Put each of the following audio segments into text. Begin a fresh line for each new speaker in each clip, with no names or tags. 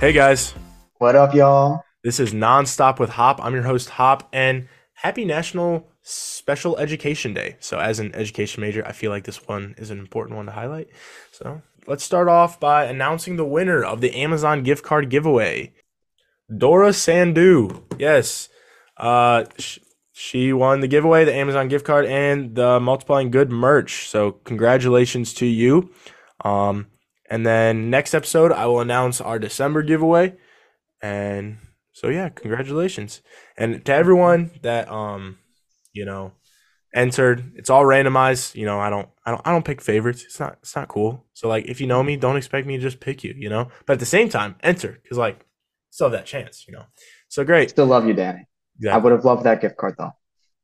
Hey guys,
What up, y'all?
this is Nonstop with Hop. I'm your host, Hop, and happy National Special Education Day. So, as an education major, I feel like this one is an important one to highlight. So, let's start off by announcing the winner of the Amazon gift card giveaway Dora Sandu. Yes, uh, sh- she won the giveaway, the Amazon gift card, and the Multiplying Good merch. So, congratulations to you. Um, and then next episode, I will announce our December giveaway. And so yeah, congratulations. And to everyone that um, you know, entered, it's all randomized. You know, I don't I don't I don't pick favorites. It's not it's not cool. So like if you know me, don't expect me to just pick you, you know? But at the same time, enter cuz like still have that chance, you know. So great.
Still love you, Danny. I
Yeah,
would have loved that gift card though.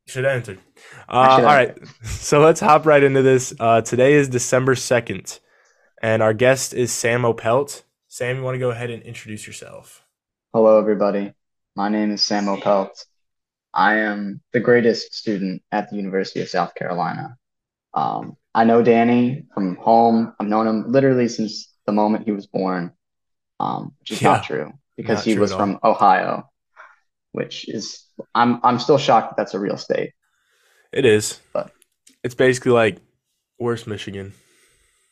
should have entered. Uh,
I
all
should have
right. So let's hop right into this. Uh, today is December 2nd, and our guest is Sam Opelt. Sam, you want to go ahead and introduce yourself?
Hello, everybody. My name is Sam Opelt. I am the greatest student at the University of South Carolina. Um, I know Danny from home. I've known him literally since the moment he was born, um, which is
Yeah,
not true because
not
he
true
was
at all.
from Ohio, which is I'm I'm still shocked that that's a real state,
It is.
but
It's basically like worse Michigan.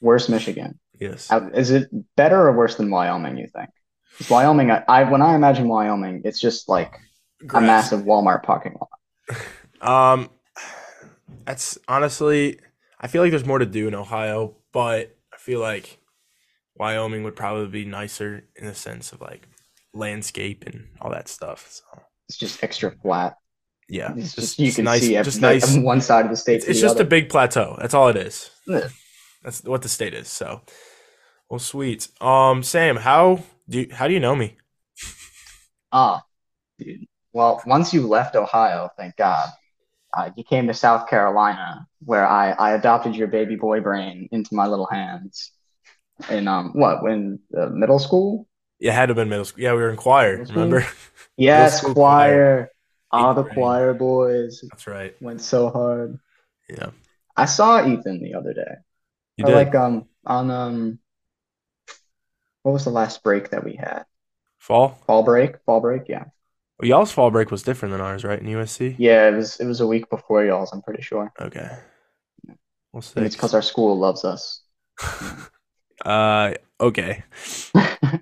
worse Michigan.
Yes.
How- Is it better or worse than Wyoming, you think? 'Cause Wyoming, I, I when I imagine Wyoming, it's just like a
Grass.
massive Walmart parking lot.
Um, that's honestly, I feel like there's more to do in Ohio, but I feel like Wyoming would probably be nicer in the sense of like landscape and all that stuff. So
It's just extra flat.
yeah,
It's
just
just you
just
can
nice,
see ev-
just
like
nice.
from one side of the state
It's
to
it's
the
just a
other.
big plateau. That's all it is.
Ugh.
That's what the state is. So, well, sweet. Um, Sam, how do you, how do you know me?
Ah, dude. Well, once you left Ohio, thank God, uh, you came to South Carolina, where I, I adopted your baby boy brain into my little hands. In um, what, in uh, middle school?
Yeah, it had to have been middle school. Yeah, we were in choir.
Middle
Remember,
school?
middle
Yes,
school choir,
choir. Ah,
eighth
the
grade.
choir boys
That's right.
went so hard.
Yeah,
I saw Ethan the other day,
you
or
did.
like um on um what was the last break that we had?
Fall.
Fall break, fall break, yeah,
Well, y'all's fall break was different than ours, right? In USC?
yeah. It was it was a week before y'all's, I'm pretty sure,
Okay. Well,
and it's
sick.
because our school loves us. Yeah.
Uh, okay.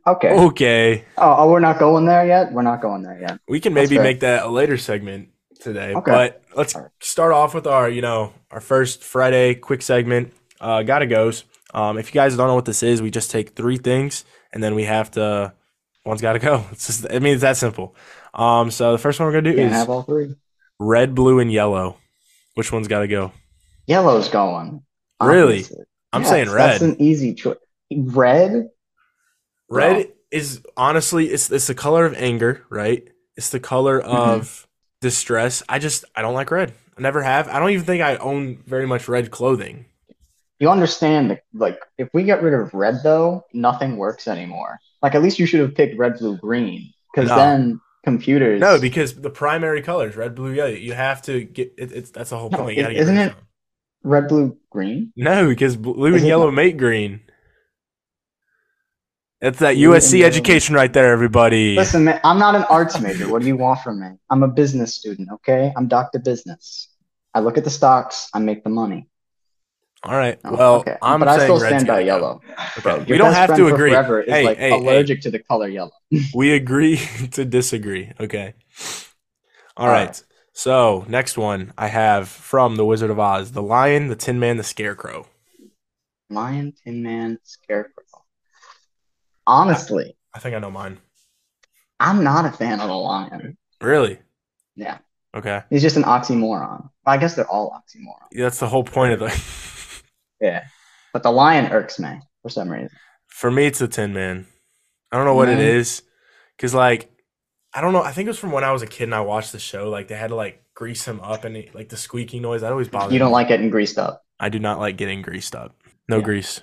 Okay.
Okay.
Oh, oh, we're not going there yet. We're not going there yet.
We can
That's
maybe
fair.
make that a later segment today,
Okay.
but let's
All right.
start off with our, you know, our first Friday quick segment. Uh, gotta goes. Um, if you guys don't know what this is, we just take three things and then we have to, one's gotta go. It's just, I mean, it's that simple. Um, so the first one we're gonna do
Can't
is
have all three.
red, blue, and yellow. Which one's gotta go?
Yellow's going,
Really?
obviously.
I'm saying
Yes, that's
red.
an easy choice. Red, bro.
Red is honestly it's it's the color of anger, right? It's the color
hmm
of distress. I just I don't like red. I never have. I don't even think I own very much red clothing.
You understand that, like, if we get rid of red, though, nothing works anymore. Like, at least you should have picked red, blue, green, because
No.
then
No,
computers.
because the primary colors, red, blue, yellow, you have to get it, it's that's the whole
No,
point. You
is
got to get
isn't
rid of
it
some.
red, blue, green?
No, because blue
Is
and
it
yellow
not
make green. That's that
blue and
USC
yellow? make-
education right there, everybody.
Listen, man, I'm not an arts major. What do you want from me? I'm a business student, okay? I'm Dr. Business. I look at the stocks, I make the money.
All right.
No,
Well,
okay.
I'm
But I
saying
still
red's
stand by
got to go.
yellow.
Okay.
Bro,
We
your
don't
best
have to
friend for
agree.
forever is
Hey,
like
hey, hey.
allergic to the color yellow.
We agree to disagree. Okay. All
All right.
right. So, next one I have from The Wizard of Oz The Lion, the Tin Man, the Scarecrow.
Lion, Tin Man, Scarecrow.
I,
Honestly,
I think I know mine.
I'm not a fan of the lion.
Really?
Yeah.
Okay.
He's just an oxymoron. I guess they're all oxymorons.
Yeah, That's the whole point of
They're,
the.
yeah. But the lion irks me for some reason.
For me, it's the Tin Man. I don't know
Tin
what it
Man?
is. Cause, like, I don't know. I think it was from when I was a kid and I watched the show. Like, they had to, like, grease him up and, he, like, the squeaky noise. That always
You
bothered
don't
me.
like getting greased up.
I do not like getting greased up. No
Yeah.
grease.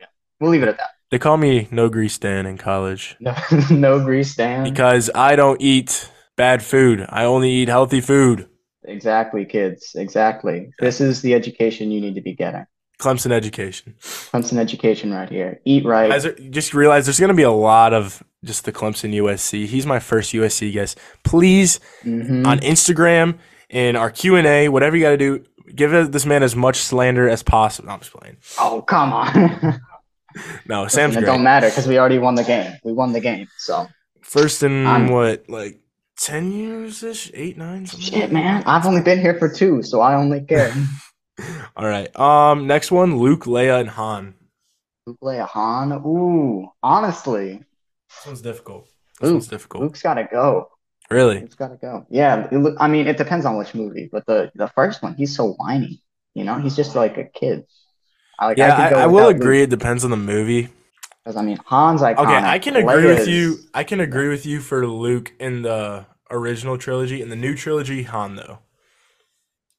Yeah. We'll leave it at that.
They call me No Grease Dan in college.
No, no grease, Dan.
Because I don't eat bad food. I only eat healthy food.
Exactly, kids. Exactly.
Yeah.
This is the education you need to be getting.
Clemson education.
Clemson education right here. Eat right.
Guys, just realize there's going to be a lot of just the Clemson USC. He's my first USC guest. Please
Mhm.
on Instagram in our Q and A, whatever you got to do, give this man as much slander as possible. No, I'm just playing.
Oh, come on.
No,
Listen,
Sam's
it
great.
don't matter because we already won the game. We won the game. So
First in
I'm-
what like ten years ish, eight nine. something like
shit,
that.
man. I've only been here for two, so I only care.
All right. Um, next one, Luke, Leia, and Han.
Luke Han. Ooh, honestly,
This one's difficult. This
Luke.
one's difficult.
Luke's gotta go.
Really?
Luke's gotta go. Yeah, it look- I mean, it depends on which movie, but the the first one, he's so whiny. You know, he's just like a kid. I like.
yeah,
I, could go
I, I will
without Luke,
agree. It depends on the movie.
'cause, I mean, Han's iconic.
Okay, I can agree with
Leia's-
you. I can agree with you for Luke in the original trilogy. In the new trilogy, Han though,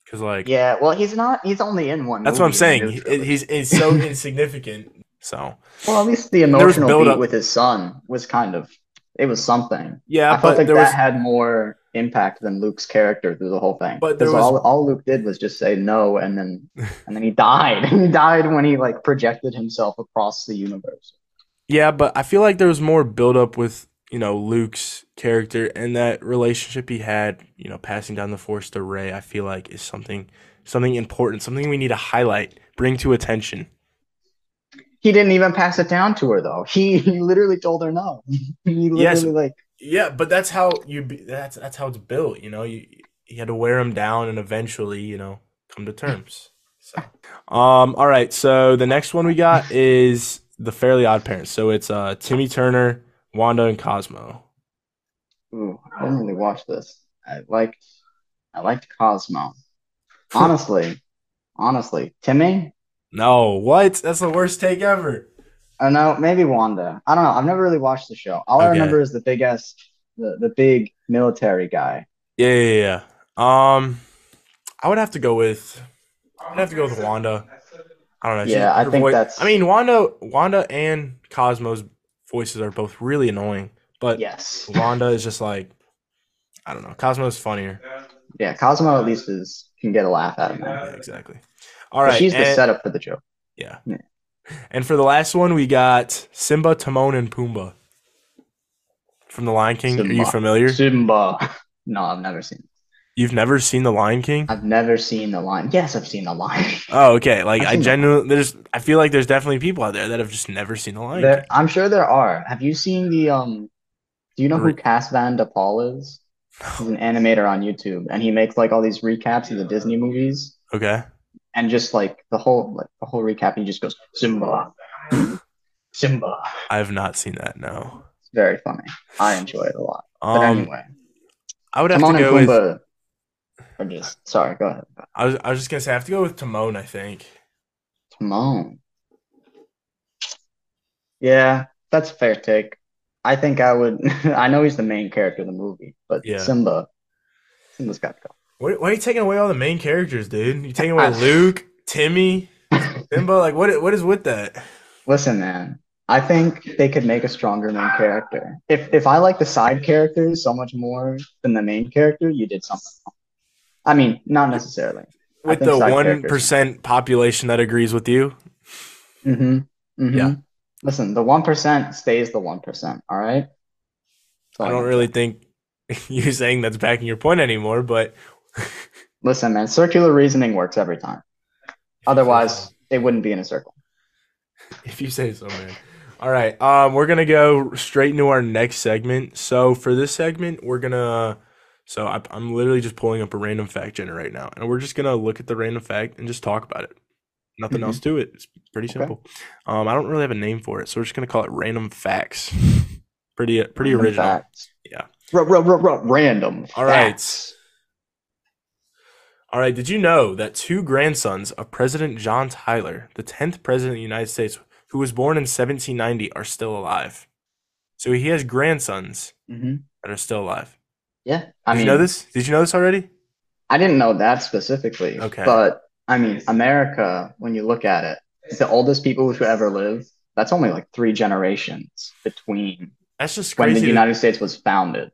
because like
Yeah, well, he's not. He's only in one.
that's what I'm
movie
saying.
in the new
He-
trilogy.
he's, he's so insignificant. So
Well, at least the
was
emotional beat
build-up.
with his son was kind of it was something.
yeah,
I
but
felt like
there
that
was
had more impact than Luke's character through the whole thing.
But there
Because
was-
all, all Luke did was just say no, and then and then he died. he died when he like projected himself across the universe.
yeah, but I feel like there was more build up with you know Luke's character and that relationship he had. You know, passing down the Force to Ray. I feel like is something something important, something we need to highlight, bring to attention.
He didn't even pass it down to her though. He he literally told her no. he literally
Yes.
like
Yeah, but that's how you be, that's that's how it's built, you know. You you had to wear them down and eventually, you know, come to terms. So um all right, so the next one we got is the Fairly Odd Parents. So it's uh Timmy Turner, Wanda and Cosmo.
Ooh, I didn't really watch this. I liked I liked Cosmo. Honestly, honestly, Timmy,
No, what? That's the worst take ever.
Oh no, maybe Wanda. I don't know. I've never really watched the show. All I
Okay.
remember is the big ass, the, the big military guy.
Yeah, yeah, yeah. Um I would have to go with I'd have to go with Wanda. I don't know. she's-
Yeah, I
her
think
voi-
that's-
I mean, Wanda Wanda and Cosmo's voices are both really annoying, but
Yes.
Wanda is just like, I don't know. Cosmo's funnier.
Yeah, Cosmo at least is can get a laugh out of him.
Yeah, exactly. All
But
right.
she's the
and,
setup for the joke.
Yeah.
Yeah.
And for the last one, we got Simba, Timon, and Pumbaa from The Lion King. Are you
Simba.
familiar?
Simba. No, I've never seen.
You've never seen The Lion King?
I've never seen the line. Yes, I've seen the line.
Oh, okay. Like
I've
I
seen The Lion
genuinely, there's. I feel like there's definitely people out there that have just never seen The Lion
There,
King.
I'm sure there are. Have you seen the um? Do you know who
Re-
Cass Van De Paul is? He's an animator on YouTube, and he makes like all these recaps of the Disney movies.
Okay.
and just like the whole like the whole recap, he just goes Simba, Simba.
I have not seen that. No.
It's very funny. I enjoy it a lot. But
Um,
anyway,
I would have
Timon
to go with.
and Pumbaa are just sorry. Go ahead.
I was. I was just gonna say I have to go with Timon. I think.
Timon. Yeah, that's a fair take. I think I would. I know he's the main character of the movie, but
Yeah.
Simba, Simba's got to go.
Why, why are you taking away all the main characters, dude? You taking away
I-
Luke, Timmy, Simba? Like, what? What is with that?
Listen, man. I think they could make a stronger main character. If if I like the side characters so much more than the main character, you did something. wrong. I mean, not necessarily. I
With
think
the
side
one
characters.
percent population that agrees with you,
hmm
Yeah.
Listen, the one percent stays the one percent. All right.
I don't really think you're saying that's backing your point anymore. But
Listen, man. Circular reasoning works every time. Otherwise, it wouldn't be in a circle.
if you say so, man. All right, um, we're gonna go straight into our next segment. So for this segment, we're gonna. So I, I'm literally just pulling up a random fact generator right now, and we're just gonna look at the random fact and just talk about it. Nothing
Mhm.
else to it. It's pretty
Okay.
simple. Um, I don't really have a name for it, so we're just gonna call it random facts. Pretty, uh, pretty
Random
original.
facts.
Yeah.
R- r- r- r- random.
All right.
facts.
All right. Did you know that two grandsons of President John Tyler, the 10th president of the United States, who was born in 1790, are still alive? So he has grandsons
Mhm.
that are still alive.
Yeah.
Did
I mean,
you know this? Did you know this already?
I didn't know that specifically,
Okay.
but I mean, America, when you look at it, the oldest people who ever lived, that's only like three generations between
That's just
when
crazy.
the
to-
United States was founded.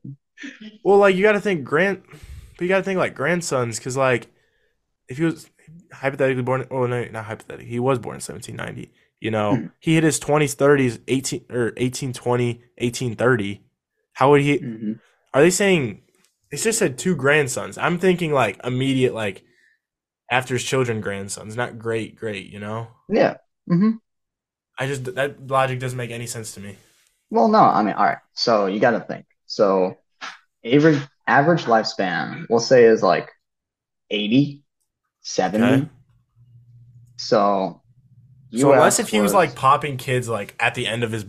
well, like you got to think grand, but you got to think like grandsons, because like if he was hypothetically born, oh no, not hypothetically, he was born in 1790. You know,
Hmm.
he hit his 20s, 30s, 18 or 18, 20, 18, 30. How would he
hmm
are they saying it's just said two grandsons? I'm thinking like immediate like after his children grandsons, not great great, you know?
Yeah. hmm
I just that logic doesn't make any sense to me.
Well, no, I mean, all right. So you got to think. So average average lifespan, we'll say, is like 80, 70.
Okay.
So
So unless if he was
was-
like popping kids like at the end of his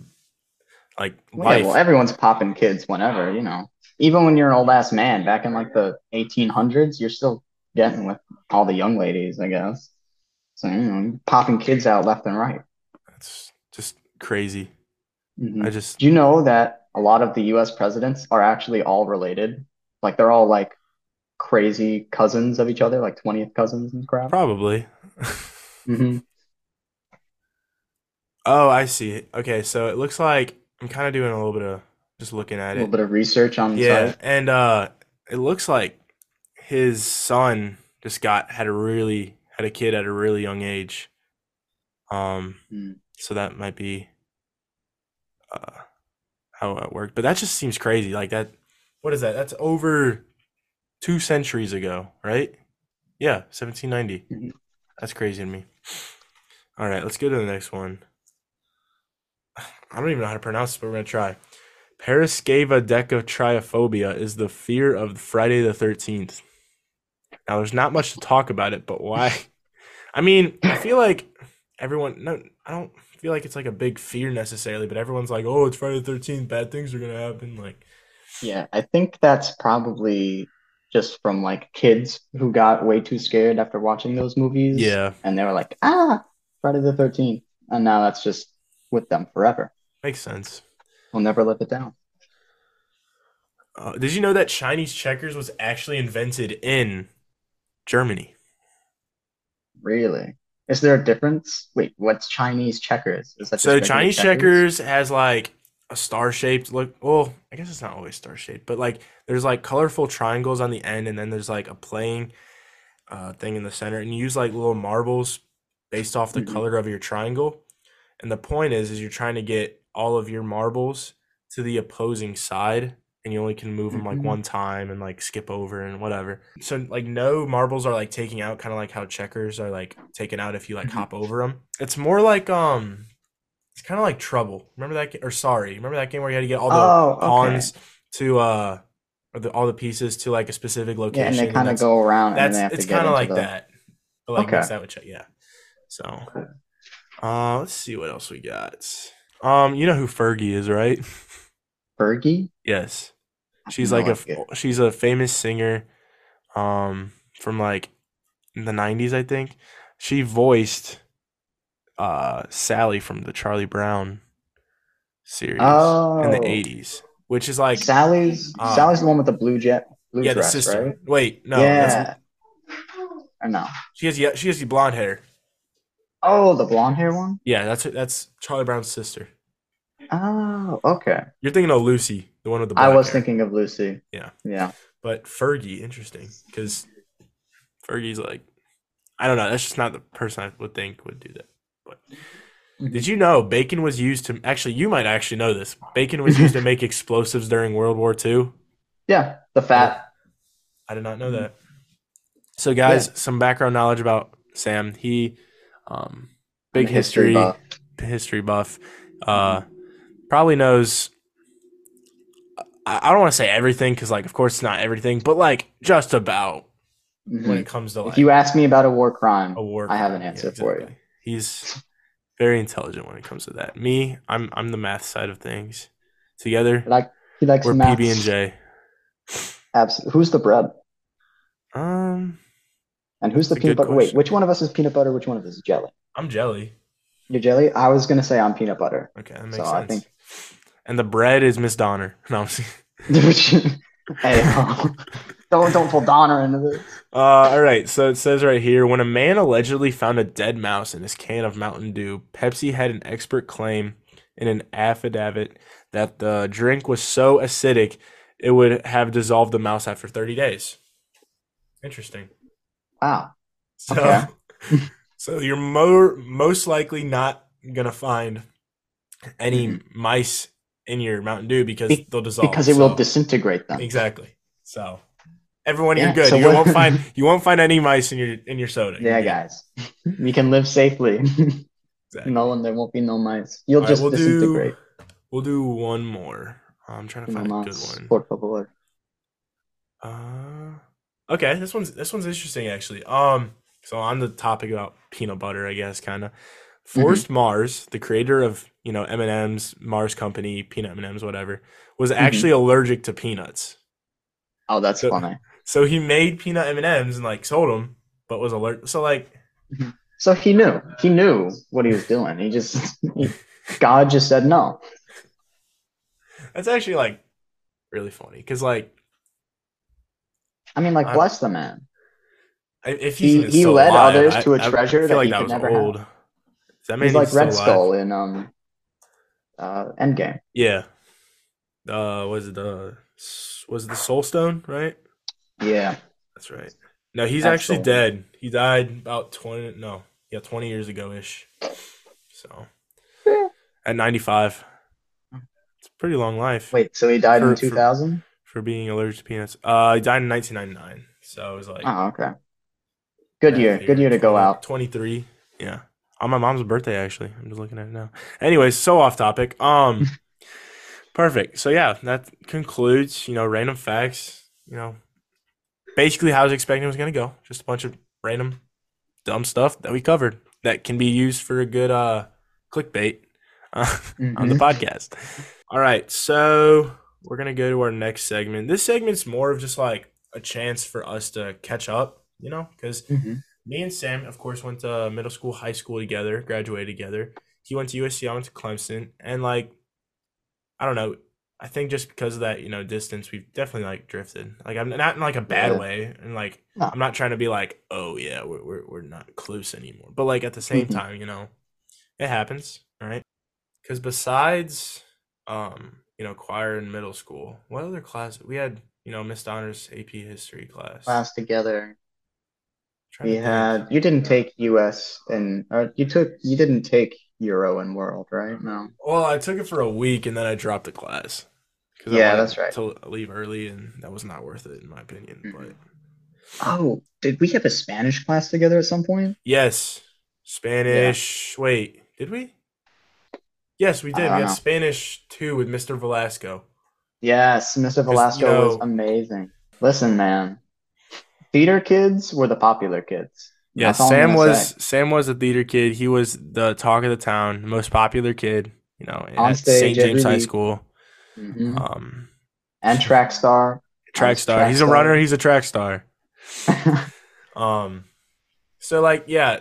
like
Well,
life.
yeah, well, everyone's popping kids whenever, you know. Even when you're an old ass man back in like the 1800s, you're still getting with all the young ladies, I guess. So, you know, you're popping kids out left and right.
That's just crazy.
Mhm.
I just
Do you know that a lot of the US presidents are actually all related? Like, they're all like crazy cousins of each other, like 20th cousins and crap.
probably.
hmm
oh, I see. Okay, so it looks like I'm kind of doing a little bit of just looking
A
at
little
it.
bit of research on the
Yeah,
site.
and uh it looks like his son just got had a really had a kid at a really young age. Um
Mm.
so that might be uh how it worked. But that just seems crazy. Like that what is that? That's over two centuries ago, right? Yeah, 1790.
Mhm.
That's crazy to me. All right, let's go to the next one. I don't even know how to pronounce this, but we're gonna try. Periscavadecatriophobia is the fear of Friday the thirteenth. Now there's not much to talk about it, but why? I mean, I feel like everyone no I don't feel like it's like a big fear necessarily, but everyone's like, Oh, it's Friday the thirteenth, bad things are gonna happen. Like
Yeah, I think that's probably just from like kids who got way too scared after watching those movies
Yeah.
and they were like, ah, Friday the 13th. And now that's just with them forever.
Makes sense.
We'll never live it down.
Uh, did you know that Chinese checkers was actually invented in Germany?
Really? Is there a difference? Wait, what's Chinese checkers? Is that
So
just regular
Chinese
checkers?
checkers has like a star shaped look. Well, I guess it's not always star shaped, but like there's like colorful triangles on the end, and then there's like a playing uh, thing in the center, and you use like little marbles based off the
hmm
color of your triangle. And the point is, is you're trying to get all of your marbles to the opposing side, and you only can move them like
hmm
one time and like skip over and whatever. So like no marbles are like taking out, kind of like how checkers are like taken out if you like
hmm
hop over them. It's more like um. It's kind of like Trouble. Remember that game, or sorry, remember that game where you had to get all the
Oh, okay.
pawns to uh or the all the pieces to like a specific
Yeah, and they
location and
kind of
that's
go around and then they
that's
have
it's
to get
kind of
into
like
the.
that. But like mix
Okay,
that with check, yeah. So,
cool.
uh let's see what else we got. Um you know who Fergie is, right?
Fergie?
Yes.
I have
She's
no
like a f-
idea.
she's a famous singer um from like the 90s, I think. She voiced uh Sally from the Charlie Brown series in the
Oh,
80s, which is like
Sally's
um
Sally's the one with the blue jet, blue
yeah, the
dress,
sister.
right?
Wait, no, that's
Yeah. Or no.
she has yeah, she has the blonde hair.
Oh, the blonde hair one?
Yeah, that's that's Charlie Brown's sister.
Oh, okay.
You're thinking of Lucy, the one with the
I
black
was
hair.
thinking of Lucy.
Yeah.
Yeah.
But Fergie, interesting, cuz Fergie's like I don't know, that's just not the person I would think would do that. But did
Mhm.
you know bacon was used to actually you might actually know this. Bacon was used to make explosives during World War II.
Yeah,
I
the
did
fat.
I did not know
Mhm.
that. So,
Yeah,
guys, some background knowledge about Sam. He, um,
I'm
big
a
history,
history buff.
history buff. Uh,
hmm
probably knows. I, I don't want to say everything because, like, of course, not everything, but like just about when
hmm
it comes to
If you
like
ask me about a war
a
crime,
war
I have an
crime. Yeah,
answer for you.
exactly. He's very intelligent when it comes to that. Me, I'm I'm the math side of things.
He
Together,
like he likes
we're PB and
maths.
J.
Absolutely. Who's the bread?
Um,
And who's
it's
the
a
peanut
good
butter? Wait,
question.
which one of us is peanut butter? Which one of us is jelly?
I'm jelly.
You're jelly? I was gonna say I'm peanut butter.
Okay, that
So
makes
I
sense.
think
And the bread is Miss Donner. No, I'm just
Hey, don't don't pull Donner into this.
Uh, all right, so it says right here when a man allegedly found a dead mouse in his can of Mountain Dew, Pepsi had an expert claim in an affidavit that the drink was so acidic it would have dissolved the mouse after 30 days. Interesting.
Wow.
So,
Okay.
so you're more most likely not. going to find any mice in your Mountain Dew because
Mm-hmm. Be-
they'll dissolve.
because it will
so-
disintegrate them.
Exactly. So everyone,
Yeah,
you're good.
so
you
what-
won't find you won't find any mice in your in your soda.
Yeah,
You're good.
guys, we can live safely.
Exactly.
no one, there won't be no mice. You'll
All right,
just
we'll
disintegrate.
do we'll do one more. I'm trying to
no
find a good
mice.
one.
Por favor.
Uh, okay, this one's this one's interesting actually. Um, so on the topic about peanut butter, I guess kind of.
Mm-hmm.
Forrest Mars, the creator of you know M and M's, Mars Company, peanut M and M's, whatever, was
Mm-hmm.
actually allergic to peanuts.
Oh, that's
So-
funny.
So he made peanut M and M's and like sold them, but was alert. So like,
So he knew. He knew what he was doing. He just, he- God just said no.
That's actually like really funny because like
I mean, like,
I-
bless the man.
I- if
He-
he's
he
still
led
alive,
others
I-
to a
I- I
treasure
feel
that
like
he
that
could
was
never have.
old. Does that mean
He's like Red
still alive?
Skull in um, uh, Endgame.
Yeah. Uh, was it the was it the Soul Stone? Right.
Yeah.
That's right. No, he's
That's
actually
the one.
dead. He died about twenty. No, yeah, twenty years ago ish. So
Yeah.
at ninety five, it's a pretty long life
Wait, so he died
For-
in
for-
2000?
for being allergic to peanuts. Uh, he died in nineteen ninety nine. So it was like
Oh, okay. Good
that
year. Good year to go
20
out.
23. Yeah. On my mom's birthday, actually. I'm just looking at it now. Anyways, so off topic. Um, perfect. So yeah, that concludes. You know, random facts. You know, basically how I was expecting it was gonna go. Just a bunch of random, dumb stuff that we covered that can be used for a good uh clickbait uh, on the
Mhm.
podcast. All right, so we're gonna go to our next segment. This segment's more of just like a chance for us to catch up. You know, because
Mhm.
me and Sam, of course, went to middle school, high school together, graduated together. He went to USC, I went to Clemson, and like, I don't know. I think just because of that, you know, distance, we've definitely like drifted. Like, I'm not in like a bad
Yeah.
way, and like,
No.
I'm not trying to be like, oh yeah, we're we're, we're not close anymore. But like at the same
Mhm.
time, you know, it happens, right? Because besides, um, you know, choir in middle school, what other class we had? You know, missed honors AP history class.
Class together.
Trying
We
to think.
had, you didn't take US and, or you took, you didn't take Euro and World, right? No.
Well, I took it for a week and then I dropped the class. 'Cause I
Yeah,
wanted
that's right.
To leave early, and that was not worth it, in my opinion. But
Mhm. Oh, did we have a Spanish class together at some point?
yes, Spanish. Wait, did we? Yes, we
I
did. We
don't
had
know.
Spanish two with Mr. Velasco.
Yes, Mr. Velasco was
no.
amazing. Listen, man, theater kids were the popular kids.
Yeah,
That's all I'm
Sam
gonna
was
say.
Sam was the theater kid. He was the talk of the town, most popular kid. You know,
On
at St.
stage every
James High
week.
School.
Mhm.
Um,
And track star.
track
Nice
star.
track
he's a
star.
runner. He's a track star. Um, so like yeah,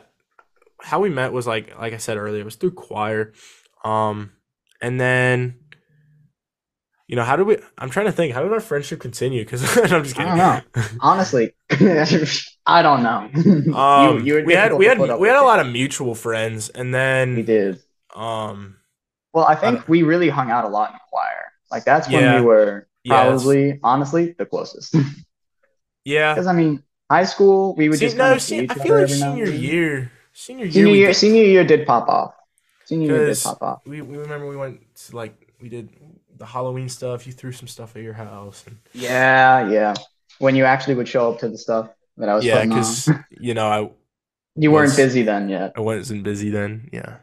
how we met was like like I said earlier, it was through choir. Um, and then you know how did we? I'm trying to think. How did our friendship continue? Because I'm just
I
kidding.
don't know. Honestly, I don't know. You-
Um,
you were
we had
difficult
we
to
had
put up
we had
with.
a lot of mutual friends, and then
We did.
um
Well, I
don't-
think we really hung out a lot in choir. Like that's when
Yeah.
we were
Yeah, that's-
probably, honestly, the closest.
yeah.
Because I mean, high school, we would
See,
just kind
no,
of see
see,
each
I
other
feel like
every now and
senior
then.
year, senior year,
Senior
we
year,
did-
senior year did pop off. Senior year did
'Cause-
pop off.
we we remember we went to like we did the Halloween stuff. You threw some stuff at your house. And,
Yeah, yeah. When you actually would show up to the stuff that I was
yeah,
putting on.
because you know I
You weren't
was-
busy then yet.
I wasn't busy then. Yeah.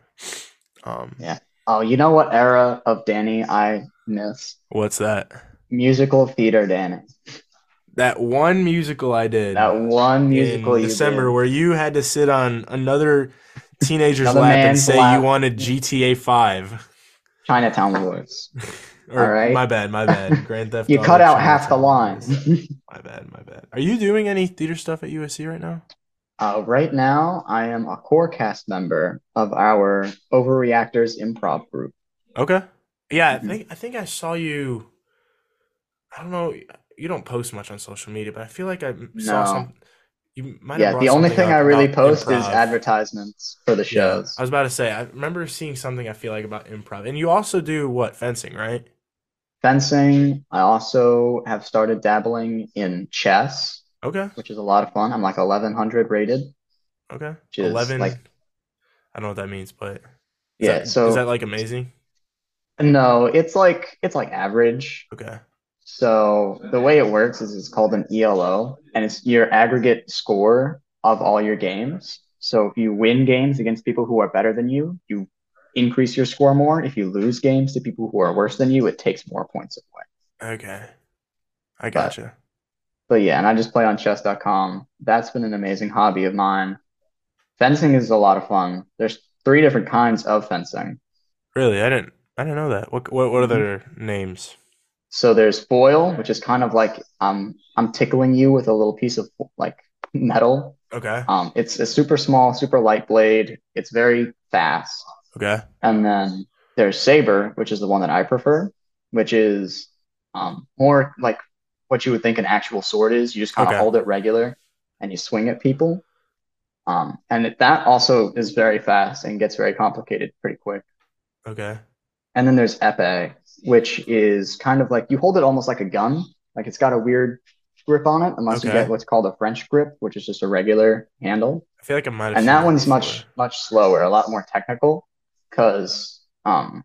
Um,
Yeah. Oh, you know what era of Danny I miss?
what's that?
Musical theater Danny.
That one musical I did
That one musical
in
you
December
did.
where you had to sit on another teenager's
Another
lap and
man's
say
lap.
you wanted GTA 5.
Chinatown Wars.
Or,
All right.
My bad, my bad. Grand Theft
You
Auto
cut out
Oh, Chinatown.
half the line.
My bad, my bad. Are you doing any theater stuff at USC right now?
Uh, right now, I am a core cast member of our Overreactors improv group.
Okay. Yeah, I
Mhm.
think I think I saw you. I don't know. You don't post much on social media, but I feel like I saw
No.
some. You might have
Yeah,
brought
the only
something
thing I
up
really
about
post is
improv.
advertisements for the
Yeah,
shows.
I was about to say, I remember seeing something I feel like about improv. And you also do what? Fencing, right?
Fencing. I also have started dabbling in chess,
Okay.
which is a lot of fun. I'm like 1100 rated,
Okay.
is,
11.
like-
I don't know what that means, but
yeah.
that,
so
is that like amazing?
no, it's like it's like average.
Okay.
So the way it works is it's called an ELO, and it's your aggregate score of all your games. So if you win games against people who are better than you, you increase your score more. If you lose games to people who are worse than you, it takes more points away.
Okay. I gotcha.
But yeah, and I just play on chess.com. That's been an amazing hobby of mine. Fencing is a lot of fun. There's three different kinds of fencing.
Really, I didn't. I didn't know that. What what, what are their
Mm-hmm.
names?
So there's foil, which is kind of like um, I'm tickling you with a little piece of like metal.
Okay.
Um, it's a super small, super light blade. It's very fast.
Okay.
And then there's saber, which is the one that I prefer, which is um, more like what you would think an actual sword is. You just kind of
Okay.
hold it regular and you swing at people. Um, and it- that also is very fast and gets very complicated pretty quick.
Okay.
And then there's epee, which is kind of like you hold it almost like a gun. Like it's got a weird grip on it, unless you
Okay.
get what's called a French grip, which is just a regular handle
I feel like I might have. seen
and that one's
before.
much much slower, a lot more technical, because um,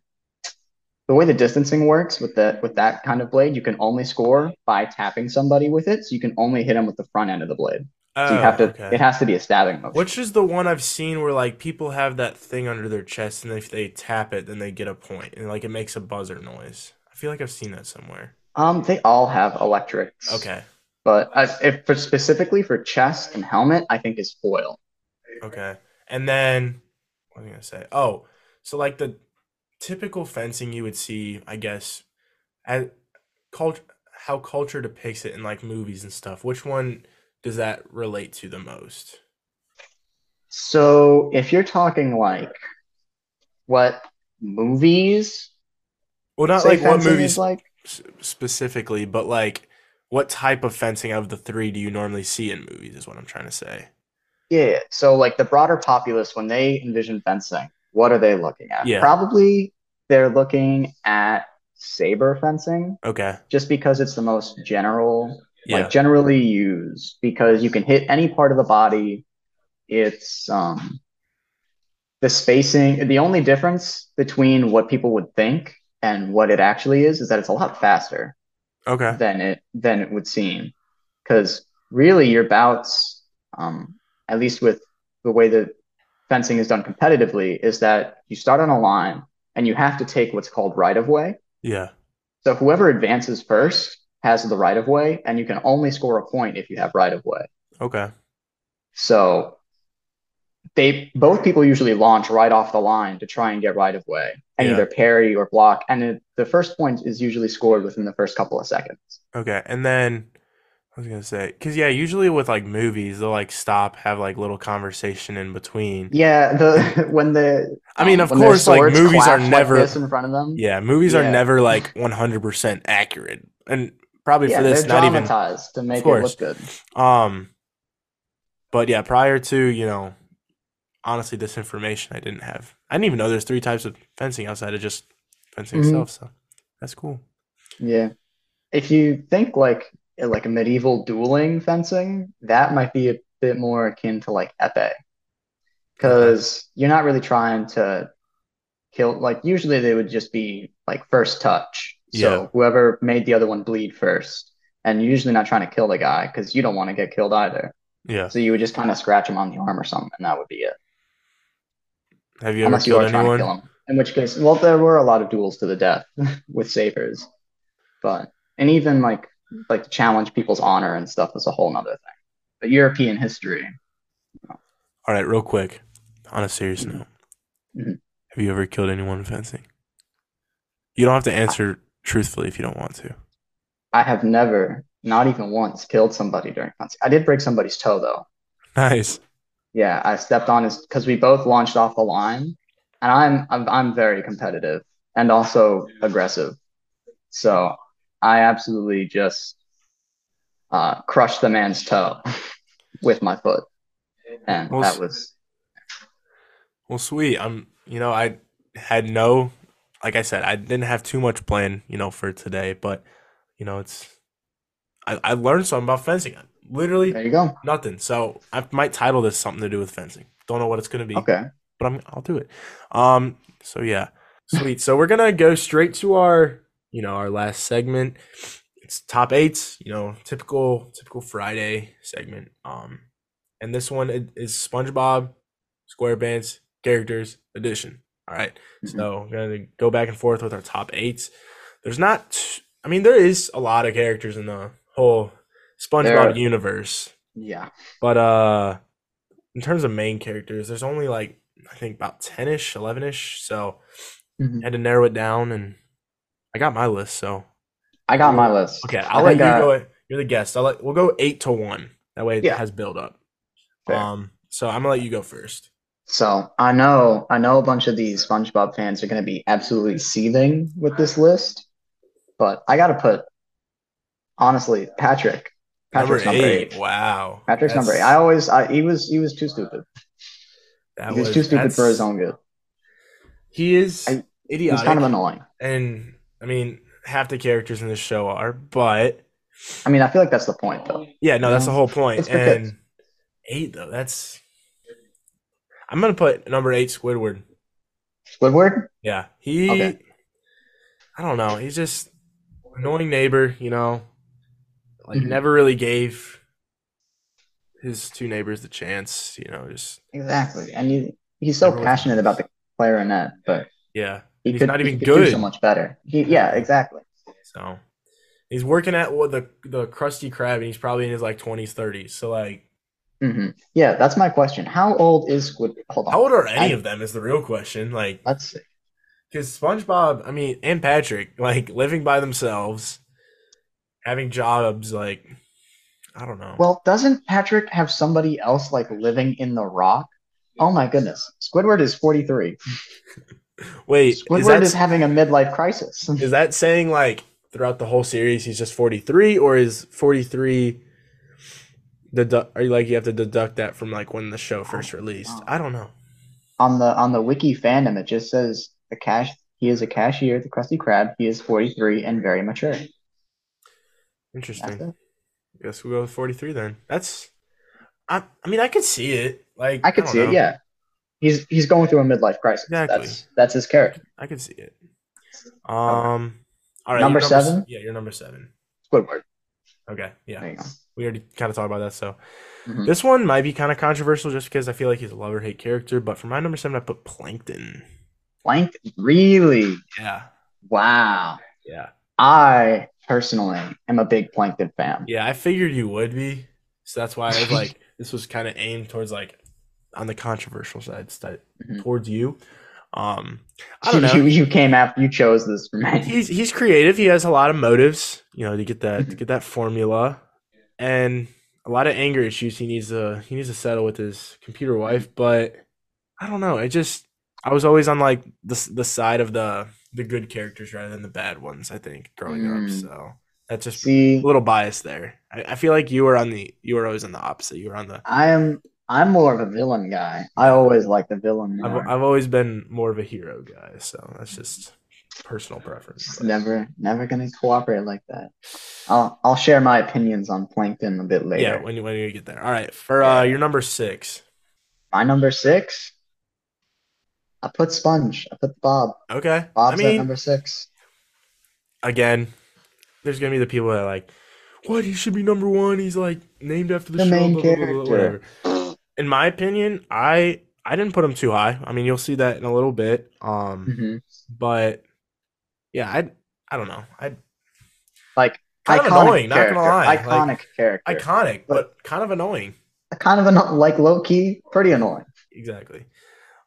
the way the distancing works with that with that kind of blade, you can only score by tapping somebody with it, so you can only hit them with the front end of the blade.
Oh,
So you have to
okay.
it has to be a stabbing motion.
Which is the one I've seen where like people have that thing under their chest, and if they tap it, then they get a point, and like it makes a buzzer noise. I feel like I've seen that somewhere.
um, they all have electrics.
Okay.
but I, if for specifically for chest and helmet, I think is foil.
Okay. And then what was I gonna say? Oh, so like the typical fencing you would see, I guess, at culture, how culture depicts it in like movies and stuff. Which one does that relate to the most?
So if you're talking like what movies,
Well, not
say
like what
fencing is
movies
like.
s- specifically, but like what type of fencing of the three do you normally see in movies is what I'm trying to say.
Yeah, so like the broader populace, when they envision fencing, what are they looking at?
Yeah.
Probably they're looking at saber fencing
Okay.
just because it's the most general,
Yeah.
like generally used because you can hit any part of the body. It's um the spacing, the only difference between what people would think and what it actually is is that it's a lot faster
Okay.
than it than it would seem because really your bouts um, at least with the way that fencing is done competitively is that you start on a line and you have to take what's called right of way
Yeah.
so whoever advances first has the right of way and you can only score a point if you have right of way
Okay.
so they both people usually launch right off the line to try and get right of way and
Yeah.
either parry or block and it, the first point is usually scored within the first couple of seconds
Okay. And then I was gonna say, because yeah, usually with like movies, they'll like stop, have like little conversation in between.
Yeah, the when the
I mean,
um,
of
when their
course, like
swords
movies are
clash
never,
like this in front of them.
yeah, movies are
Yeah.
never like 100% accurate, and probably
Yeah,
for this,
they're
not even.
dramatized to make it
course.
look good.
Um, but yeah, prior to, you know, honestly, this information I didn't have. I didn't even know there's three types of fencing outside of just fencing
Mhm.
itself, so that's cool.
Yeah. If you think like eh, like a medieval dueling fencing, that might be a bit more akin to like epee because you're not really trying to kill like usually they would just be like first touch.
Yeah.
So whoever made the other one bleed first. And you're usually not trying to kill the guy because you don't want to get killed either.
Yeah.
So you would just kind of scratch him on the arm or something, and that would be it.
Have you ever
Unless you
killed
are trying
anyone?
to kill him. In which case, well, there were a lot of duels to the death with sabers, but and even like like to challenge people's honor and stuff is a whole nother thing. But European history,
All right, real quick, on a serious
Mm-hmm.
note,
Mhm.
have you ever killed anyone in fencing? You don't have to answer truthfully if you don't want to.
I have never, not even once, killed somebody during fencing. I did break somebody's toe though.
Nice.
Yeah, I stepped on his because we both launched off the line, and I'm I'm I'm very competitive and also aggressive, so I absolutely just uh, crushed the man's toe with my foot. and
Well,
that
s-
was
Well, sweet. I'm, you know, I had no, like I said, I didn't have too much planned, you know, for today, but, you know, it's, I, I learned something about fencing. Literally
there you go.
nothing. So I might title this something to do with fencing. Don't know what it's going to be.
Okay,
but I'm, I'll do it. Um, so yeah, sweet. so we're gonna go straight to our, you know, our last segment. It's top eights. You know, typical typical Friday segment. Um, and this one i- is SpongeBob SquarePants characters edition. All right. So we're gonna go back and forth with our top eights. There's not. t- I mean, there is a lot of characters in the whole SpongeBob
There-
universe.
Yeah.
But uh in terms of main characters, there's only like I think about 10ish, 11ish, so I
Mhm.
had to narrow it down and I got my list, so
I got my list.
okay, I'll
I
let
think,
you
uh,
go. You're the guest. I'll let, we'll go 8 to 1. That way it
Yeah.
has build up.
Fair.
Um so I'm going to let you go first.
So I know I know a bunch of these SpongeBob fans are going to be absolutely seething with this list, but I got to put honestly Patrick. Patrick's number eight.
Wow.
Patrick's number eight. I always I, he was he was too stupid.
that
He was, too stupid for
that's-
his own good.
He is
I-
idiotic.
He's kind of annoying.
and I mean, half the characters in this show are, but
I mean, I feel like that's the point though.
Yeah, no, that's the
No.
whole point.
Um, It's for
and
kids.
eight though, that's I'm gonna put number eight Squidward.
Squidward.
Yeah. He
Okay.
I don't know, he's just annoying neighbor, you know. Like
Mhm.
never really gave his two neighbors the chance, you know, just
Exactly. And he, he's so
Everyone's-
passionate about the clarinet, but
yeah.
he
he's
could,
not
he
even
could do
good.
so much better. He, yeah, exactly.
So he's working at what the the crusty crab and he's probably in his like twenties, thirties. So like
hmm Yeah, that's my question. How old is Squidward? Hold on.
how old are any
I-
of them is the real question. Like
Let's see.
Because SpongeBob, I mean, and Patrick, like living by themselves, having jobs, like I don't know.
Well, doesn't Patrick have somebody else like living in the rock? Oh my goodness. Squidward is 43.
Wait, is
Squidward
that
is having a midlife crisis.
is that saying like throughout the whole series he's just forty three, or is forty three deduct? Are you like you have to deduct that from like when the show first released? I don't know.
on the on the wiki fandom, it just says the cash he is a cashier at the Krusty Krab. He is 43 and very mature. That's
Interesting.
it.
Guess we'll go with forty three then. That's, I I mean I could see it. Like
I could
don't
see
know.
it, yeah. He's he's going through a midlife crisis.
Exactly.
That's that's his character.
I could see it. Um, all right,
Number
you're
seven?
Yeah, you're number seven.
Squidward.
Okay, yeah.
There you go.
we already kind of talked about that. So
Mhm.
this one might be kind of controversial just because I feel like he's a love or hate character. But for my number seven, I put Plankton.
Blank really.
Yeah,
Wow.
yeah,
I personally am a big Plankton fan.
yeah. I figured you would be, so that's why I was like, this was kind of aimed towards like on the controversial side, sti-
Mhm.
towards you. Um, I don't know.
You you came after you chose this for me.
he's he's creative. He has a lot of motives, you know, to get that
Mm-hmm.
to get that formula, and a lot of anger issues he needs to he needs to settle with his computer
Mm-hmm.
wife. But I don't know. I just I was always on like the s- the side of the the good characters rather than the bad ones. I think growing up,
Mm.
so that's just
See,
a little bias there. I, I feel like you were on the you were always on the opposite. You were on the
I am I'm more of a villain guy. I always like the villain.
I've,
more.
I've always been more of a hero guy, so that's just personal preference.
Just
but-
never never gonna cooperate like that. I'll I'll share my opinions on Plankton a bit later.
Yeah, when you when you get there. All right, for uh, your number six.
my number six, I put Sponge. I put Bob.
Okay,
Bob's
I
at
mean,
number six.
again, there's gonna be the people that are like, what? He should be number one. He's like named after the,
The
show.
main
blah, blah, blah, blah,
character.
whatever. In my opinion, I I didn't put him too high. I mean, you'll see that in a little bit. Um,
Mhm.
but yeah, I I don't know. I
Like
kind of
iconic
annoying.
character.
Not gonna lie.
Iconic character.
Like, iconic, but kind of annoying.
kind of anno- like low key, pretty annoying.
Exactly.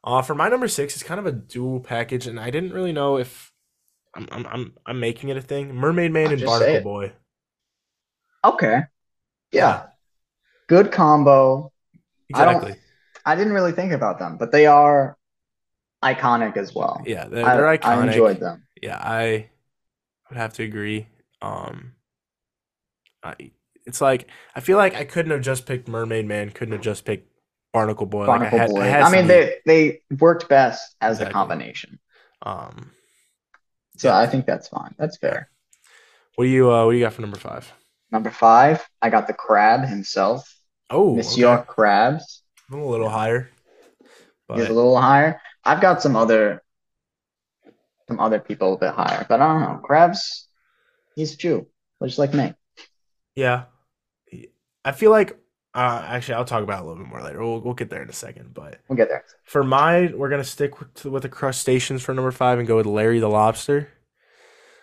Uh, for my number six, it's kind of a dual package, and I didn't really know if I'm I'm I'm, I'm making it a thing. Mermaid Man
Oh,
and
just say
Barnacle
it.
Boy.
Okay. Yeah. Good combo. I don't-
Exactly.
I didn't really think about them, but they are iconic as well.
Yeah, they're,
I,
they're iconic.
I enjoyed them.
Yeah, I would have to agree. Um, I it's like I feel like I couldn't have just picked Mermaid Man. Couldn't have just picked Barnacle Boy. like
Barnacle
I had,
Boy.
I, had
I
to
mean,
be,
they they worked best as
Exactly.
a combination,
Um,
so
Yeah.
I think that's fine. That's fair.
what do you uh, what do you got for number five?
Number five, I got the crab himself,
Oh,
Miss
okay.
Monsieur Krabs.
I'm a little higher. But
He's a little higher. I've got some other some other people a bit higher, but I don't know. Krabs, he's a Jew, just like me.
yeah, I feel like uh, actually I'll talk about it a little bit more later. We'll we'll get there in a second, but
We'll get there.
For mine, we're gonna stick with, to, with the crustaceans for number five and go with Larry the Lobster.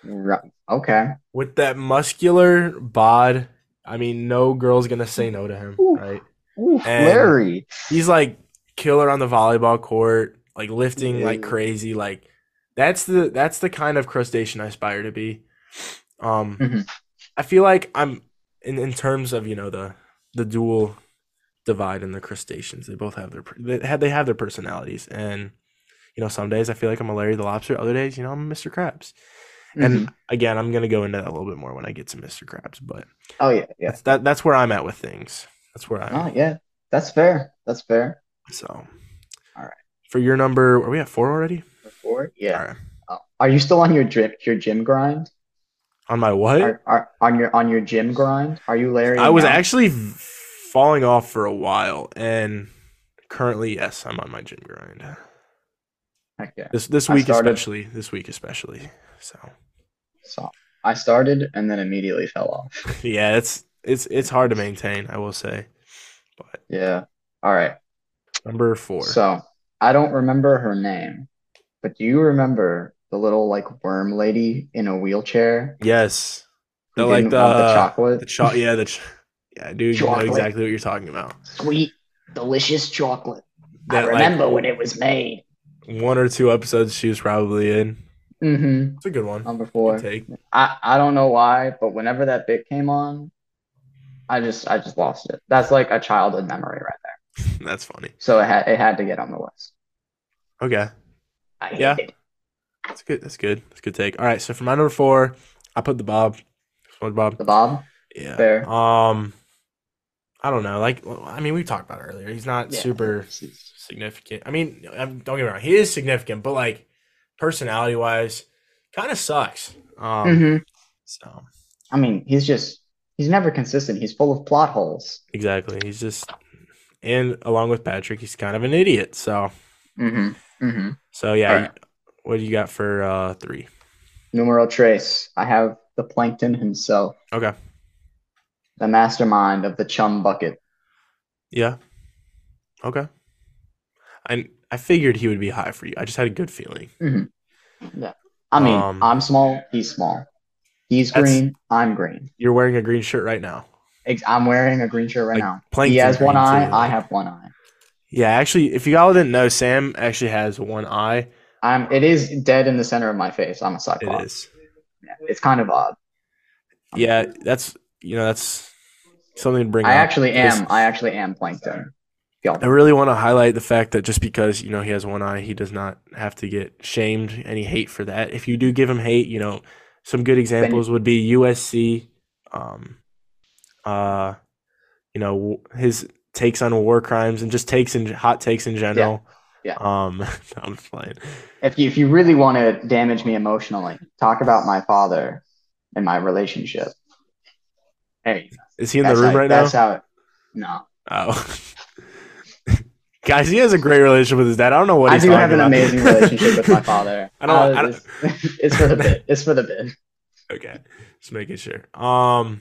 Ru- Okay.
With that muscular bod, I mean, no girl's gonna say no to him,
Ooh.
right?
Ooh,
And-
Larry.
He's like killer on the volleyball court, like lifting like
Yeah.
crazy. Like that's the that's the kind of crustacean I aspire to be. Um,
Mhm.
I feel like I'm in in terms of you know the the dual divide in the crustaceans. They both have their per- they have they have their personalities, and you know some days I feel like I'm a Larry the Lobster. Other days, you know, I'm a Mr. Krabs. And
Mm-hmm.
again, I'm gonna go into that a little bit more when I get to Mr. Krabs, but
oh yeah, yeah.
that's that that's where I'm at with things. That's where I'm.
Oh
at.
yeah. That's fair. That's fair.
So, all
Alright.
For your number, are we at four already?
Four. Yeah.
All right.
Oh. Are you still on your gym your gym grind?
On my what?
Are, are on your on your gym grind? Are you Larry?
I was
now?
actually v- falling off for a while, and currently, yes, I'm on my gym grind.
Heck yeah.
This this
I
week
started-
especially. This week especially. So
So I started and then immediately fell off.
yeah, it's it's it's hard to maintain. I will say. But
Yeah. All right.
number four.
So I don't remember her name, but do you remember the little like worm lady in a wheelchair
yes.
who
The, like
didn't want the
the-
chocolate?
The cho- yeah, the ch- yeah, dude, you know
Chocolate.
exactly what you're talking about.
Sweet, delicious chocolate.
That,
I
like,
remember when it was made.
one or two episodes she was probably in.
Mm-hmm.
It's a good one.
Number
Good
four.
take.
I, I don't know why, but whenever that bit came on, I just I just lost it. That's like a childhood memory right there.
That's funny.
So it had it had to get on the list.
Okay.
I hate
Yeah.
it.
That's good. That's good. That's a good take. All right. So for my number four, I put the Bob. What Bob?
The Bob.
Yeah.
Fair.
Um, I don't know. Like, I mean, we talked about it earlier. He's not
Yeah.
super significant. I mean, I'm- don't get me wrong. He is significant, but like personality wise, kind of sucks. Um,
hmm
so
I mean, he's just he's never consistent. He's full of plot holes.
exactly. He's just, and along with Patrick, he's kind of an idiot. So,
hmm hmm
so yeah.
All right.
What do you got for uh three?
Numero Trace. I have the plankton himself,
Okay.
the mastermind of the chum bucket.
Yeah. Okay. I I figured he would be high for you. I just had a good feeling.
I mean,
Um,
I'm small, he's small. He's
That's-
green, I'm green.
You're wearing a green shirt right now.
Ex- I'm wearing a green shirt right
Like,
now.
Plankton
He has one
green,
eye,
too.
I have one eye.
Yeah, actually, if you all didn't know, Sam actually has one eye.
I'm it is dead in the center of my face. I'm a
It
cyclops.
is.
Yeah, It's kind of odd.
Yeah, that's you know that's something to bring
I
up.
actually
Because
am. I actually am plankton. Yo,
I really want to highlight the fact that just because you know he has one eye, he does not have to get shamed any hate for that. If you do give him hate, you know some good examples would be USC, um, uh, you know w- his takes on war crimes and just takes and hot takes in general.
Yeah.
Um, I'm just playing.
if you if you really want to damage me emotionally, talk about my father and my relationship. Hey,
Is he in the room
how,
right now?
that's how it no.
Oh. Guys, he has a great relationship with his dad. I don't know what
I
he's
do
talking
have an
about.
amazing relationship with my father. Uh,
I don't- I don't-
it's, it's for the bit. It's for the bit.
okay, just making sure. Um,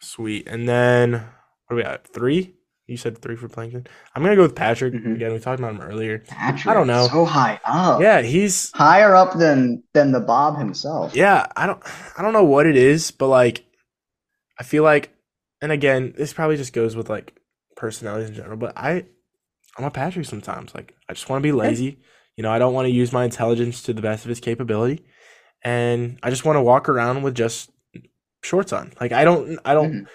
sweet. And then what do we got? Three? You said three for Plankton. I'm gonna go with Patrick
Mhm.
again. We talked about him earlier.
Patrick,
I don't know.
So high up.
Yeah, he's
Higher up than than the Bob himself.
yeah. I don't I don't know what it is, but like I feel like, and again, this probably just goes with like personalities in general. But I I'm a Patrick sometimes. Like I just want to be lazy. You know, I don't want to use my intelligence to the best of its capability, and I just want to walk around with just shorts on. Like I don't, I don't.
Mhm.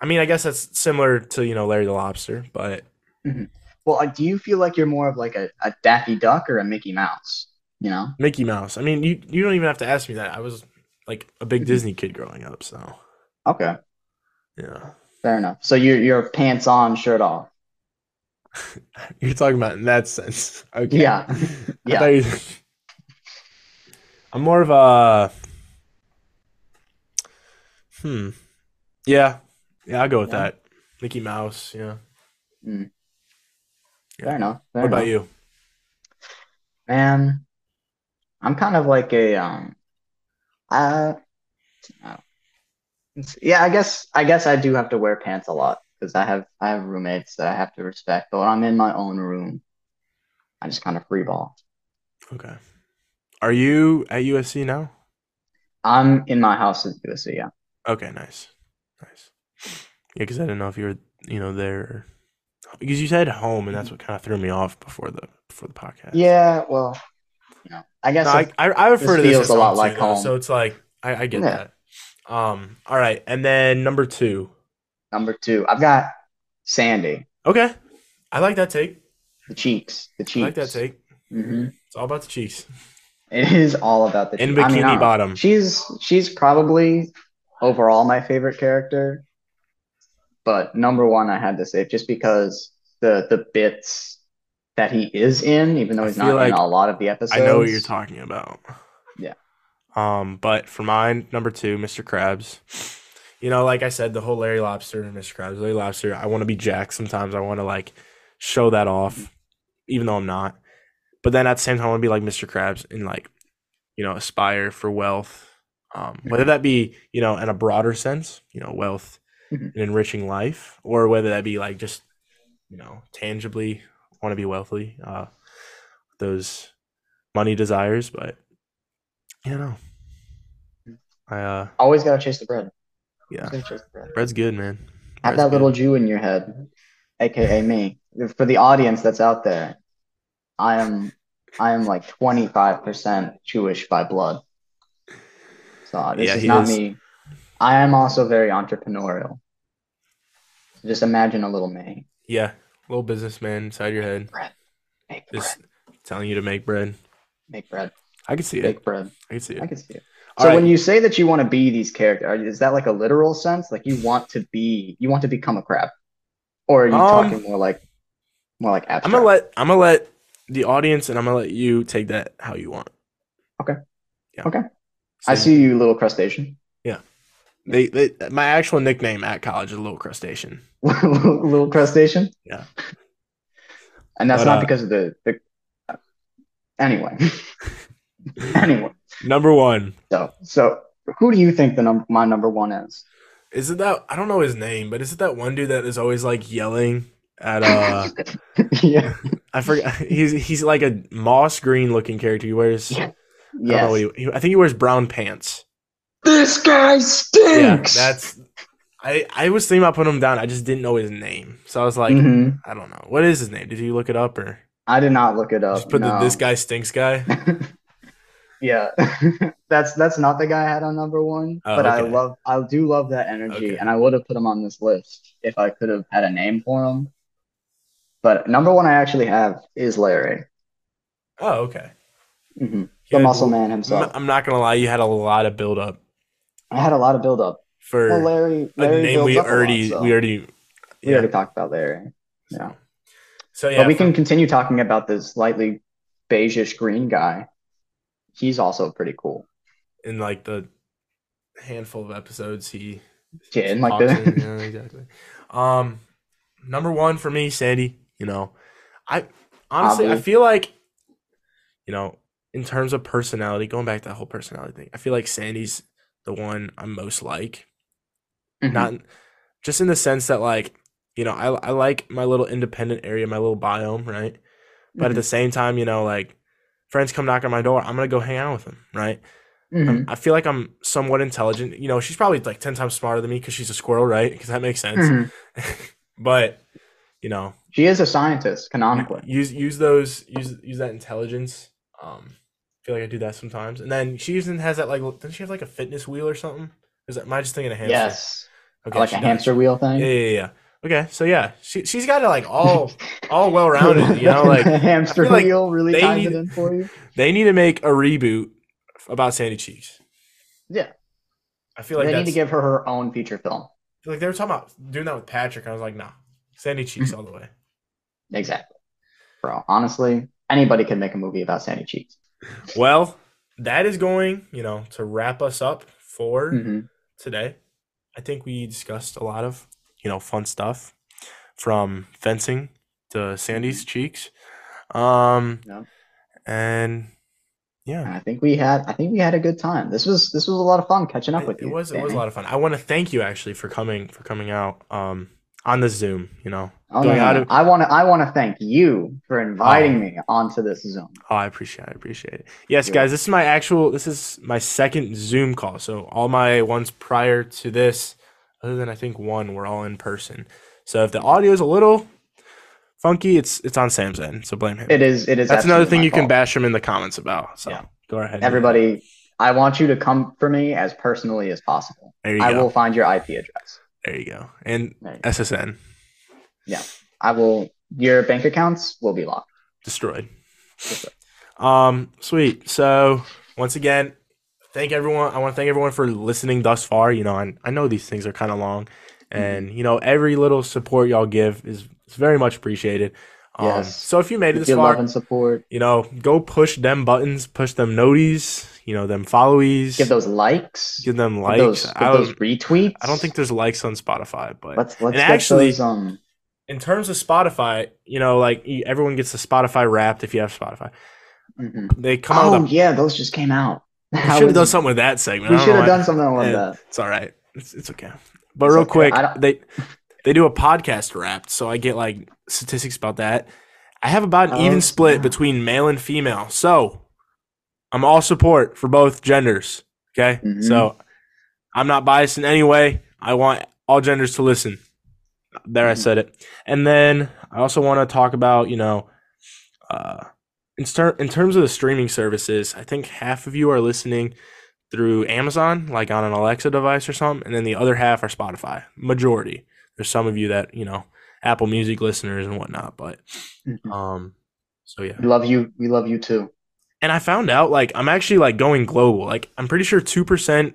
I mean, I guess that's similar to you know Larry the Lobster, but
Well, uh, do you feel like you're more of like a, a Daffy Duck or a Mickey Mouse? You know?
Mickey Mouse. I mean, you you don't even have to ask me that. I was like a big
Mhm.
Disney kid growing up, so
Okay,
yeah.
fair enough. So you're you're pants on, shirt off.
You're talking about in that sense. Okay.
Yeah. Yeah.
I am more of a. Hmm. Yeah. Yeah, I'll go with
Yeah.
that. Mickey Mouse. Yeah.
Mm. Fair enough. Fair
What about
enough.
you?
Man, I'm kind of like a um uh I don't- yeah, I guess I guess I do have to wear pants a lot because I have I have roommates that I have to respect, but when I'm in my own room, I just kind of free ball.
Okay. Are you at USC now?
I'm in my house at USC, yeah.
Okay, nice, nice. Yeah, because I didn't know if you were, you know, there. Because you said home, and that's what kind of threw me off before the before the podcast.
Yeah, well, you know, I guess
No, I,
if-
I I refer
this
to this
feels
as
a lot
home
like
too, though,
home.
so it's like I, I get
Yeah.
that. Um. All right, and then number two.
number two, I've got Sandy,
Okay, I like that take.
the cheeks, the
I
cheeks.
like that take.
hmm
It's all about the cheeks.
It is all about the
In
cheek- I mean,
Bikini
I don't know.
Bottom.
She's she's probably overall my favorite character, but number one I had to say just because the the bits that he is in, even though
I
he's
feel
not
like
in a lot of the episodes.
I know what you're talking about.
Yeah.
Um, but for mine, number two, Mr. Krabs. You know, like I said, the whole Larry Lobster and Mr. Krabs, Larry Lobster. I want to be Jack sometimes. I want to like show that off, even though I'm not. But then at the same time, I want to be like Mr. Krabs and like, you know, aspire for wealth. Um, whether that be you know in a broader sense, you know, wealth
Mhm.
and enriching life, or whether that be like just you know tangibly want to be wealthy. Uh, those money desires, but you know, I uh,
Always gotta chase the bread.
yeah,
Always gotta chase the bread.
bread's good, man. Bread's
Have that
good.
little Jew in your head, aka me. For the audience that's out there, I am I am like 25% Jewish by blood. So uh, this
Yeah,
is
he
not
is.
me. I am also very entrepreneurial. So just imagine a little me.
yeah, little businessman inside your head,
Make bread.
just telling you to make bread.
Make bread.
I can see it.
Make bread.
I can see
I
it.
can see it.
All
So
right,
when you say that you want to be these characters, is that like a literal sense? Like you want to be, you want to become a crab, or are you
Um,
talking more like, more like
I'm gonna
abstract?
let I'm gonna let the audience and I'm gonna let you take that how you want.
Okay.
Yeah.
Okay. I
So
see you, little crustacean,
They, they, my actual nickname at college is Little Crustacean.
little crustacean.
Yeah.
And that's
But,
not
uh,
because of the the. Anyway, anyway.
Number one.
So so who do you think the number my number one is?
Is it that I don't know his name, but is it that one dude that is always like yelling at uh
Yeah.
I forgot he's he's like a moss green looking character. He wears I don't know
Yes.
what he, he- I think he wears brown pants.
This guy
Yeah,
stinks.
that's I I was thinking about putting him down. I just didn't know his name, so I was like,
hmm
I don't know what is his name. Did you look it up or
I did not look it
just
up.
put the,
Oh, No.
this guy stinks guy?
Yeah. That's that's not the guy I had on number one,
Oh,
but I
okay.
love I do love that energy
Okay.
and I would have put him on this list if I could have had a name for him. But number one I actually have is Larry.
Oh, okay.
hmm
He
The
had-
muscle man
I'm
himself.
I'm not gonna lie, you had a lot of build up
I had a lot of build up.
for
Well, Larry,
Mm-hmm. a
Larry
name
builds
we
up a lot,
already
so
we already
we
yeah.
already talked about Larry. Yeah.
So yeah,
But we
for-
can continue talking about this slightly beigeish green guy. He's also pretty cool.
in like the handful of episodes he
Yeah, and like
pops in.
the
Yeah, exactly. Um, number one for me, Sandy. You know, I honestly I
Obvious.
feel like you know in terms of personality, going back to that whole personality thing, I feel like Sandy's the one I'm most like.
Mhm.
Not just in the sense that like you know I I like my little independent area, my little biome, right? But at the
Mhm.
same time, you know, like friends come knock on my door, I'm gonna go hang out with them, right? I'm,
Mhm.
I feel like I'm somewhat intelligent. You know, she's probably like 10 times smarter than me because she's a squirrel, right? Because that makes sense.
Mhm.
But, you know,
She is a scientist,
u-
canonically.
use use those use use that intelligence. Um I feel like I do that sometimes. And then she even has that like l- doesn't she have like a fitness wheel or something? Is that, am I just thinking of hamster?
Yes.
Okay,
like a
she does.
hamster wheel
Yeah,
thing.
yeah, yeah. Okay, so yeah, she she's got it like all all well rounded, you know, like
the hamster
I feel like
wheel really
they
ties
need-
it in for you.
they need to make a reboot about Sandy Cheeks.
Yeah.
I feel like
they
that's
need to give her her own feature film.
like they were talking about doing that with Patrick. I was like, nah, Sandy Cheeks all the way.
Exactly. Bro, honestly, anybody could make a movie about Sandy Cheeks.
Well, that is going, you know, to wrap us up for
Mhm.
today. I think we discussed a lot of, you know, fun stuff from fencing to Sandy's cheeks. Um,
Mm-hmm. Yeah.
and yeah,
And I think we had I think we had a good time. This was this was a lot of fun catching up
It-
with
it
you.
was it was
Danny.
a lot of fun. I want to thank you actually for coming for coming out um on the Zoom. You know,
Oh, no,
going
no,
out
no.
of-
I want to I want to thank you for inviting me onto this Zoom.
oh, I appreciate I appreciate it. Yes,
Yeah.
guys, this is my actual this is my second Zoom call. So all my ones prior to this, other than I think one, were all in person. So if the audio is a little funky, it's it's on Sam's end. So blame him.
It is it is
That's another
absolutely
thing
my
you can
fault.
bash him in the comments about. So
Yeah.
go ahead.
Everybody, I want you to come for me as personally as possible.
There you
I
go.
will find your IP address.
There you go. And
There you go.
SSN
I will your bank accounts will be locked.
destroyed.
Yes, sir.
Um, sweet. So once again, thank everyone. I want to thank everyone for listening thus far. You know, I, I know these things are kind of long,
Mm-hmm.
and you know every little support y'all give is, is very much appreciated. Um,
Yes.
So if you made it
With
this
your
far,
love and support.
you know, go push them buttons, push them noties, you know, them followies,
Give those likes.
give them
give
likes.
those, give
I, don't-
those retweets.
I don't think there's likes on Spotify, but
let's let's
and
get
actually-
those um
in terms of Spotify, you know, like you- everyone gets the Spotify Wrapped if you have Spotify.
mhm.
They come out
Oh
with a,
yeah, those just came out.
we should have done something with that segment.
We
I don't
should
know
have
why.
done something with
Yeah.
that.
It's all right. It's, it's okay. But
It's
real
okay.
quick,
I don't-
they they do a podcast Wrapped, so I get like statistics about that. I have about an
Oh,
even split
snap.
between male and female, so I'm all support for both genders. Okay,
Mhm.
so I'm not biased in any way. I want all genders to listen. There, I
Mhm.
said it. And then I also want to talk about you know, uh, in ter- in terms of the streaming services, I think half of you are listening through Amazon, like on an Alexa device or something, and then the other half are Spotify. Majority. There's some of you that you know Apple Music listeners and whatnot, but
Mhm.
um, so yeah.
We love you. We love you too.
And I found out like I'm actually like going global. Like I'm pretty sure two percent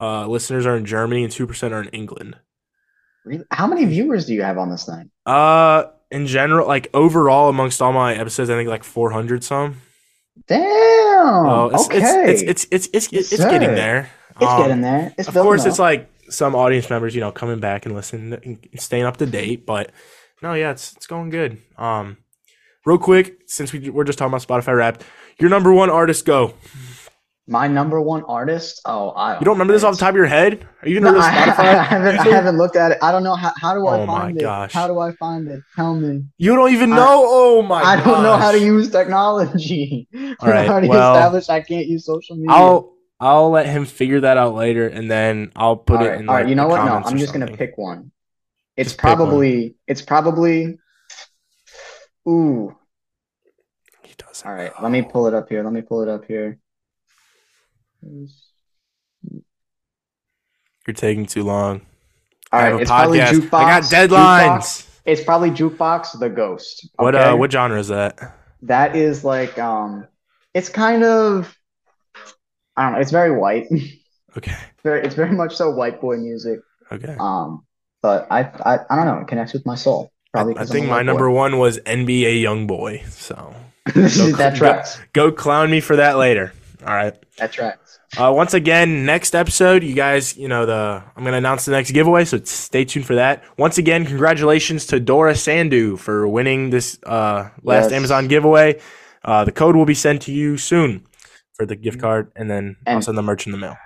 uh listeners are in Germany and two percent are in England.
Really? How many viewers do you have on this thing?
Uh, in general, like overall amongst all my episodes, I think like 400 some.
Damn.
Oh, it's,
okay.
it's it's it's it's it's, it's
Yes,
getting
sir.
there.
It's
Um,
getting there. It's
of course,
building
it's
up.
like some audience members, you know, coming back and listening, and staying up to date. But no, yeah, it's it's going good. Um, real quick, since we we're just talking about Spotify Wrapped, your number one artist go.
my number one artist. Oh, I don't
You don't remember this off the top of your head? Are you
No,
gonna go to
I, I
Spotify?
haven't, I
user?
haven't looked at it. I don't know how. How do I
Oh my
find it?
gosh.
How do I find it? Tell me.
You don't even
I-
know. oh my!
I don't know how to
gosh.
use technology.
All right,
I already
well,
established I can't use social media.
I'll I'll let him figure that out later, and then I'll put
All
it
right,
in.
all right,
like,
you
the
know what? No,
comments
I'm
or
just gonna
something.
pick one. It's
Just pick one.
probably it's probably ooh.
He doesn't
All right,
know.
let me pull it up here. Let me pull it up here.
You're taking too long.
All
I have
right,
a
it's probably
podcast.
jukebox.
I got
Jukebox.
deadlines.
It's probably jukebox. The ghost.
What
okay?
uh? What genre is that?
That is like um, it's kind of I don't know. It's very white.
Okay.
very, it's very much so white boy music.
Okay.
Um, but I I, I don't know. It connects with my
I,
soul. Probably.
I
'cause I'm
think
a
my
white
number
boy.
one was NBA YoungBoy. So
that tracks.
go clown me for that later. All right.
That tracks.
Uh, once again, next episode, you guys, you know the I'm gonna announce the next giveaway, so stay tuned for that. Once again, congratulations to Dora Sandu for winning this uh, last
Yes.
Amazon giveaway. Uh, the code will be sent to you soon for the gift card, and then I'll
Mm. And-
send the merch in the mail.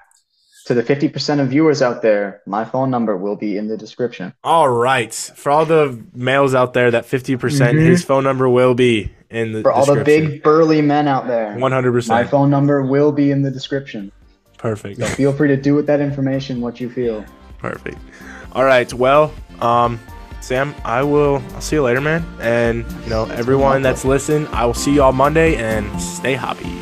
To the 50% of viewers out there, my phone number will be in the description.
All right. For all the males out there, that 50%, percent
Mhm.
his phone number will be in the
For all the
description.
big burly men out there,
100%.
my phone number will be in the description.
Perfect.
So feel free to do with that information what you feel.
Perfect. All right. Well, um, Sam, I will I'll see you later, man. And, you know, everyone that's listened, I will see y'all Monday and stay hoppy.